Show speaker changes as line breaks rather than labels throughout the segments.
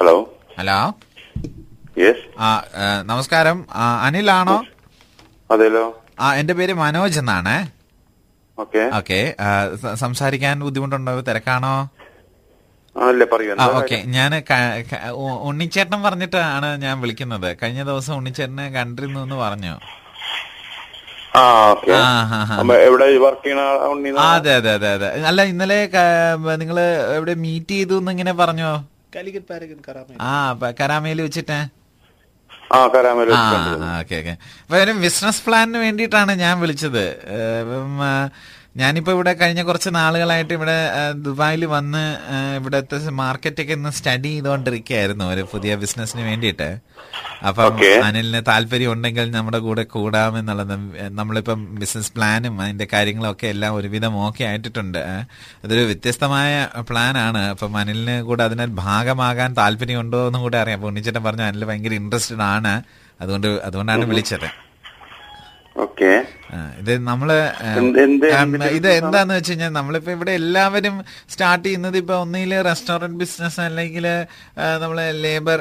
Hello
yes
ആ ഏ, നമസ്കാരം ആ, അനിലാണോ
അതെല്ലോ
ആ എന്റെ പേര് മനോജ് എന്നാണ്
ഓക്കെ
ഓക്കെ സംസാരിക്കാൻ ബുദ്ധിമുട്ടുണ്ടോ തിരക്കാണോ
അല്ല പറയൂ
ആ
എന്താ
ഓക്കെ ഞാൻ ഉണ്ണിച്ചേട്ടൻ പറഞ്ഞിട്ടാണ് ഞാൻ വിളിക്കുന്നത് കഴിഞ്ഞ ദിവസം ഉണ്ണിച്ചേട്ടനെ കണ്ടിരുന്നു എന്ന് പറഞ്ഞു
ആ ഓക്കെ
ആ ഹാ ഹാ
എവിടെ വർക്ക് ചെയ്യണ ആ ഉണ്ണി
ആ, അതെ അതെ അതെ അതെ അല്ല ഇന്നലെ ക- നിങ്ങള് എവിടെ മീറ്റ് ചെയ്തു എന്നിങ്ങനെ പറഞ്ഞോ
കാലിക്കറ്റ് പാരഗൺ കറാമ
ആ കരാമയിൽ വെച്ചിട്ട്
ആ കരാമേലോ
ആ ഓക്കെ ഓക്കെ അപ്പൊ ഒരു ബിസിനസ് പ്ലാനിന് വേണ്ടിയിട്ടാണ് ഞാൻ വിളിച്ചത് ഏഹ്, ഉം, ആ, ഞാനിപ്പോ ഇവിടെ കഴിഞ്ഞ കുറച്ച് നാളുകളായിട്ട് ഇവിടെ ദുബായിൽ വന്ന് ആ, ഇവിടുത്തെ മാർക്കറ്റൊക്കെ ഒന്ന് സ്റ്റഡി ചെയ്തുകൊണ്ടിരിക്കുകയായിരുന്നു ഒരു പുതിയ ബിസിനസിന് വേണ്ടിയിട്ട് അപ്പം
Okay.
അനിലിന് താല്പര്യം ഉണ്ടെങ്കിൽ നമ്മുടെ കൂടെ കൂടാം എന്നുള്ളത് നമ്മളിപ്പം ബിസിനസ് പ്ലാനും അതിന്റെ കാര്യങ്ങളൊക്കെ എല്ലാം ഒരുവിധം ഓക്കെ ആയിട്ടിട്ടുണ്ട് ഏഹ്. അതൊരു വ്യത്യസ്തമായ പ്ലാനാണ് അപ്പം അനിലിന് കൂടെ അതിന് ഭാഗമാകാൻ താല്പര്യമുണ്ടോ എന്നും കൂടെ അറിയാം അപ്പൊ ഉണ്ണിച്ചേട്ടൻ പറഞ്ഞു അനിൽ ഭയങ്കര ഇൻട്രസ്റ്റഡ് ആണ് അതുകൊണ്ട് അതുകൊണ്ടാണ് വിളിച്ചത്
ഓക്കെ
ആ, ഇത് നമ്മള് ആ,
എന്ത്- എന്ത്-
ആ, ഇത് എന്താന്ന് വെച്ച് കഴിഞ്ഞാൽ നമ്മളിപ്പോ ഇവിടെ എല്ലാവരും സ്റ്റാർട്ട് ചെയ്യുന്നത് ഇപ്പൊ ഒന്നിൽ റെസ്റ്റോറന്റ് ബിസിനസ് അല്ലെങ്കിൽ നമ്മള് ലേബർ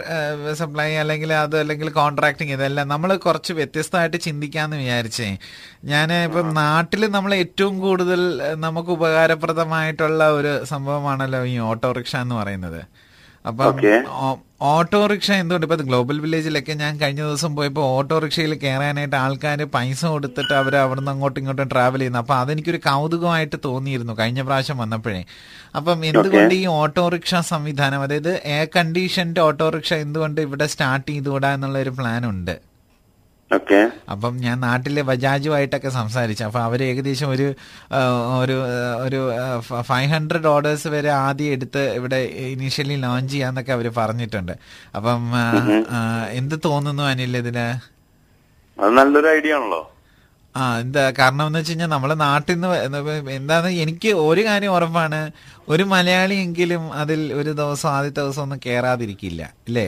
സപ്ലൈ അല്ലെങ്കിൽ അത് അല്ലെങ്കിൽ കോൺട്രാക്ടിങ് ഇതെല്ലാം നമ്മൾ കുറച്ച് വ്യത്യസ്തമായിട്ട് ചിന്തിക്കാന്ന് വിചാരിച്ചേ ഞാൻ ഇപ്പം നാട്ടിൽ നമ്മൾ ഏറ്റവും കൂടുതൽ ആ, നമുക്ക് ഉപകാരപ്രദമായിട്ടുള്ള ഒരു സംഭവമാണല്ലോ ഈ ഓട്ടോറിക്ഷ എന്ന് പറയുന്നത് അപ്പം
Okay.
ഓ- ഓട്ടോറിക്ഷ എന്തുകൊണ്ട് ഇപ്പൊ ഗ്ലോബൽ വില്ലേജിലൊക്കെ ഞാൻ കഴിഞ്ഞ ദിവസം പോയപ്പോൾ ഓട്ടോറിക്ഷയിൽ കയറാനായിട്ട് ആൾക്കാർ പൈസ കൊടുത്തിട്ട് അവർ അവിടുന്ന് അങ്ങോട്ടും ഇങ്ങോട്ടും ട്രാവൽ ചെയ്യുന്നു അപ്പൊ അതെനിക്കൊരു കൗതുകമായിട്ട് തോന്നിയിരുന്നു കഴിഞ്ഞ പ്രാവശ്യം വന്നപ്പോഴേ അപ്പം എന്തുകൊണ്ട് ഈ ഓട്ടോറിക്ഷ സംവിധാനം അതായത് എയർ കണ്ടീഷൻഡ് ഓട്ടോറിക്ഷ എന്തുകൊണ്ട് ഇവിടെ സ്റ്റാർട്ട് ചെയ്തുകൂടാ എന്നുള്ള ഒരു പ്ലാൻ ഉണ്ട്
ഓക്കെ
അപ്പം ഞാൻ നാട്ടിലെ ബജാജുമായിട്ടൊക്കെ സംസാരിച്ചു അപ്പം അവർ ഏകദേശം ഒരു ആ, ഒരു ആ, ഒരു ഫൈവ് ഹൺഡ്രഡ് ഓർഡേഴ്സ് വരെ ആദ്യം എടുത്ത് ഇവിടെ ഇനീഷ്യലി ലോഞ്ച് ചെയ്യാന്നൊക്കെ അവർ പറഞ്ഞിട്ടുണ്ട് അപ്പം ആ, ആ, എന്ത് തോന്നുന്നു അനിൽ ഇതിന്
അത് നല്ലൊരു ഐഡിയ ആണല്ലോ
ആ എന്താ കാരണം എന്ന് വെച്ച് കഴിഞ്ഞാൽ നമ്മളെ നാട്ടിൽ നിന്ന് വ- എന്താ ഇപ്പൊ എന്താന്ന് എനിക്ക് ഒരു കാര്യം ഉറപ്പാണ് ഒരു മലയാളിയെങ്കിലും അതിൽ ഒരു ദിവസം ആദ്യത്തെ ദിവസം ഒന്നും കയറാതിരിക്കില്ല അല്ലേ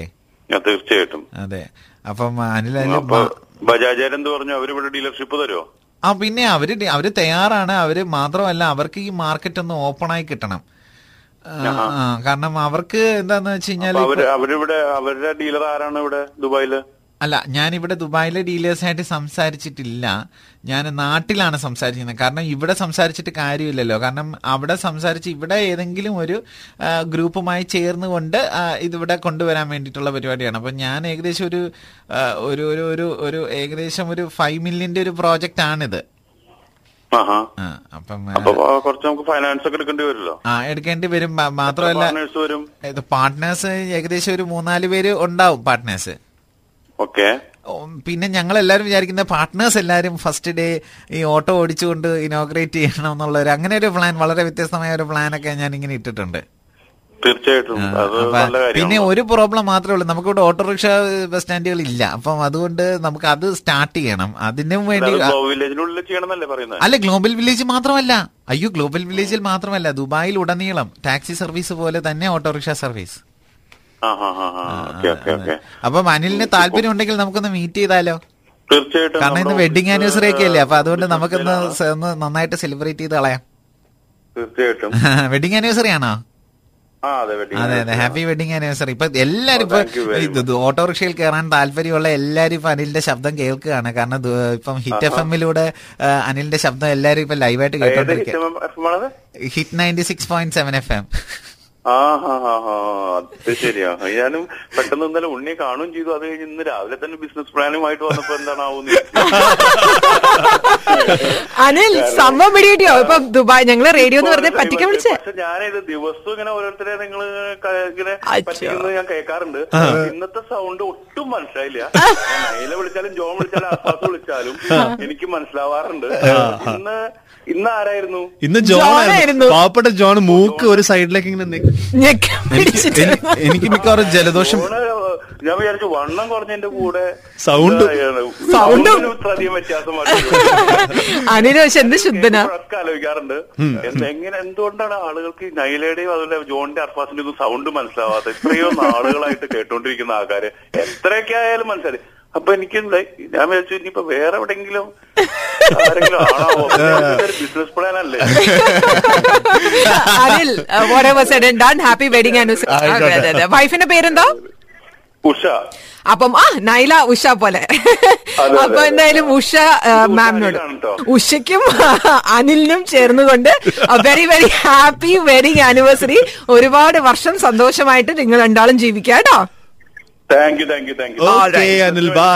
ആ, തീർച്ചയായിട്ടും
അതെ അപ്പം അനിൽ അതിൽ
അപ്പൊ ബജാജാർ എന്ത് പറഞ്ഞു അവരിവിടെ ഡീലർഷിപ്പ് തരുമോ
ആ പിന്നെ അവര് ഡി- അവര് തയ്യാറാണ് അവര് മാത്രമല്ല അവർക്ക് ഈ മാർക്കറ്റ് ഒന്ന് ഓപ്പൺ ആയി കിട്ടണം ആ, ആ, കാരണം അവർക്ക് എന്താന്ന് വെച്ച് കഴിഞ്ഞാൽ
അപ്പൊ അവര് അവരിവിടെ അവരുടെ ഡീലർ ആരാണ് ഇവിടെ ദുബായില്
അല്ല ഞാനിവിടെ ദുബായിലെ ഡീലേഴ്സായിട്ട് സംസാരിച്ചിട്ടില്ല ഞാൻ നാട്ടിലാണ് സംസാരിക്കുന്നത് കാരണം ഇവിടെ സംസാരിച്ചിട്ട് കാര്യമില്ലല്ലോ കാരണം അവിടെ സംസാരിച്ച് ഇവിടെ ഏതെങ്കിലും ഒരു ആ, ഗ്രൂപ്പുമായി ചേർന്നുകൊണ്ട് ആ, ഇതിവിടെ കൊണ്ടുവരാൻ വേണ്ടിയിട്ടുള്ള പരിപാടിയാണ് അപ്പം ഞാൻ ഏകദേശം ഒരു ആ, ഒരു ഒരു ഒരു ഒരു ഏകദേശം ഒരു ഫൈവ് മില്യന്റെ ഒരു പ്രോജക്റ്റ് ആണിത്
ആഹാ
ആ, അപ്പം ആ,
അപ്പൊ ആ, കുറച്ച് നമുക്ക് ഫൈനാൻസ് ഒക്കെ എടുക്കേണ്ടി വരുമല്ലോ
ആ എടുക്കേണ്ടി വരും മാ- മാത്രമല്ല
പാർട്ട്നേഴ്സ് വരും
ഇത് പാർട്ട്നേഴ്സ് ഏകദേശം ഒരു മൂന്നാല് പേര് ഉണ്ടാവും പാർട്ട്നേഴ്സ്
ഓക്കെ
ഉം, പിന്നെ ഞങ്ങൾ എല്ലാവരും വിചാരിക്കുന്ന പാർട്ട്നേഴ്സ് എല്ലാവരും ഫസ്റ്റ് ഡേ ഈ ഓട്ടോ ഓടിച്ചുകൊണ്ട് ഇനോഗ്രേറ്റ് ചെയ്യണം എന്നുള്ള ഒരു അങ്ങനെ ഒരു പ്ലാൻ വളരെ വ്യത്യസ്തമായ ഒരു പ്ലാനൊക്കെ ഞാൻ ഇങ്ങനെ ഇട്ടിട്ടുണ്ട്
തീർച്ചയായിട്ടും അത്
അപ്പൊ
നല്ല
പിന്നെ
കാര്യമാണ്
ഒരു പ്രോബ്ലം മാത്രമേ ഉള്ളൂ നമുക്കിവിടെ ഓട്ടോറിക്ഷ ബസ് സ്റ്റാൻഡുകൾ ഇല്ല അപ്പം അതുകൊണ്ട് നമുക്ക് അത് സ്റ്റാർട്ട് ചെയ്യണം അതിനും വേണ്ടി
വില്ലേജിനുള്ളിൽ ചെയ്യണമെന്നല്ലേ പറയുന്നത്
അല്ല ഗ്ലോബൽ വില്ലേജ് മാത്രമല്ല അയ്യോ ഗ്ലോബൽ വില്ലേജിൽ മാത്രമല്ല ദുബായിൽ ഉടനീളം ടാക്സി സർവീസ് പോലെ തന്നെ ഓട്ടോറിക്ഷ സർവീസ്
ആ ഹാ ഹാ ഹാ ഓക്കെ ഓക്കെ ഓക്കെ
അപ്പം അനിലിന് താല്പര്യം ഉണ്ടെങ്കിൽ നമുക്കൊന്ന് മീറ്റ് ചെയ്താലോ
തീർച്ചയായിട്ടും
കാരണം ഇന്ന്
നമ്മുടെ
വെഡിങ് ആനിവേഴ്സറി ഒക്കെ അല്ലേ അപ്പൊ അതുകൊണ്ട്
business
നമുക്കൊന്ന്
day ആണ്.
സ- ഒന്ന് നന്നായിട്ട് സെലിബ്രേറ്റ് ചെയ്ത് കളയാം
തീർച്ചയായിട്ടും
വെഡിങ് ആനിവേഴ്സറി ആണോ
ആ അതെ വെഡിങ്
അതെ അതെ ഹാപ്പി വെഡിങ് ആനിവേഴ്സറി ഇപ്പൊ എല്ലാരും
Oh, thank you very
ഇപ്പൊ ഓട്ടോറിക്ഷയിൽ കയറാൻ താല്പര്യമുള്ള എല്ലാരും ഇപ്പൊ അനിലിന്റെ ശബ്ദം കേൾക്കുകയാണ് കാരണം ദു- ഇപ്പം ഹിറ്റ് എഫ് എമ്മിലൂടെ അനിലിന്റെ ശബ്ദം എല്ലാരും ഇപ്പൊ ലൈവായിട്ട് കേട്ടോണ്ടിരിക്കുക
ആണത്
hit ninety six point seven F M
ആ ഹാ ഹാ ഹാ അത് ശരിയാ ഞാനും പെട്ടെന്ന് ഇന്നലെ ഉണ്ണിയെ കാണുകയും ചെയ്തു അത് കഴിഞ്ഞ് ഇന്ന് രാവിലെ തന്നെ ബിസിനസ് പ്ലാനുമായിട്ട് വന്നപ്പോ എന്താണാവൂന്ന്
അനിൽ സംഭവം പിടികിട്ടിയോ ഇപ്പൊ ദുബായ് ഞങ്ങള് റേഡിയോ എന്ന് വെറുതെ പറ്റിക്കാൻ വിളിച്ചേ
പക്ഷെ ഞാനിത് ദിവസവും ഇങ്ങനെ ഓരോരുത്തരെ നിങ്ങൾ ഇങ്ങനെ
അച്ഛോ.
പറ്റിക്കുന്നത് ഞാൻ കേൾക്കാറുണ്ട് ഇന്നത്തെ സൗണ്ട് ഒട്ടും മനസ്സിലായില്ല നൈല വിളിച്ചാലും ജോൺ വിളിച്ചാലും അപ്പാസ് വിളിച്ചാലും എനിക്ക് മനസ്സിലാവാറുണ്ട് ഇന്ന് ഇന്ന് ആരായിരുന്നു
ഇന്ന് ജോൺ
ജോണായിരുന്നു.
ആയിരുന്നു. പാവപ്പെട്ട ജോൺ മൂക്ക് ഒരു സൈഡിലേക്ക് ഇങ്ങനെ നി-
ഞെക്കാൻ പിടിച്ചിട്ട്
എനിക്ക് മിക്കവാറും ജലദോഷം
ജോണ് ഞാൻ വിചാരിച്ചു വണ്ണം കുറഞ്ഞതിന്റെ കൂടെ
സൗണ്ട്.
സൗണ്ട്.
സൗണ്ടിനും ഇത്രയധികം വ്യത്യാസമായിട്ട്
അനിൽ പക്ഷെ എന്ത് ശുദ്ധനാ
ഒക്കെ ആലോചിക്കാറുണ്ട് എന്ത് എങ്ങനെ എന്തുകൊണ്ടാണ് ആളുകൾക്ക് ഈ നൈലയുടെയും അതുപോലെ ജോണിന്റെ അർഫാസിന്റെ ഒന്നും സൗണ്ട് മനസ്സിലാവാത്ത ഇത്രയോ നാളുകളായിട്ട് കേട്ടോണ്ടിരിക്കുന്ന ആൾക്കാര് എത്രയൊക്കെ ആയാലും മനസ്സിലായി അപ്പൊ എനിക്ക് എന്തായി? ഞാൻ വിചാരിച്ചു ഇനിയിപ്പോ വേറെ എവിടെങ്കിലും ആരെങ്കിലും ആണാവോ ബിസിനസ് പ്ലാൻ അല്ലേ
Anil whatever said and done happy wedding anniversary വൈഫിന്റെ പേരെന്തോ
ഉഷ
അപ്പം ആ നൈല ഉഷ പോലെ
അതെ,
അപ്പൊ
അതെ.
എന്തായാലും ഉഷ
ഇത് ഉഷ
മാമിനോട്
അനിലാണ് ട്ടോ.
ഉഷയ്ക്കും അനിലിനും ചേർന്നുകൊണ്ട് very very happy wedding anniversary ഒരുപാട് വർഷം സന്തോഷമായിട്ട് നിങ്ങൾ രണ്ടാളും ജീവിക്കാം കേട്ടോ
thank you thank you thank you
okay Anil by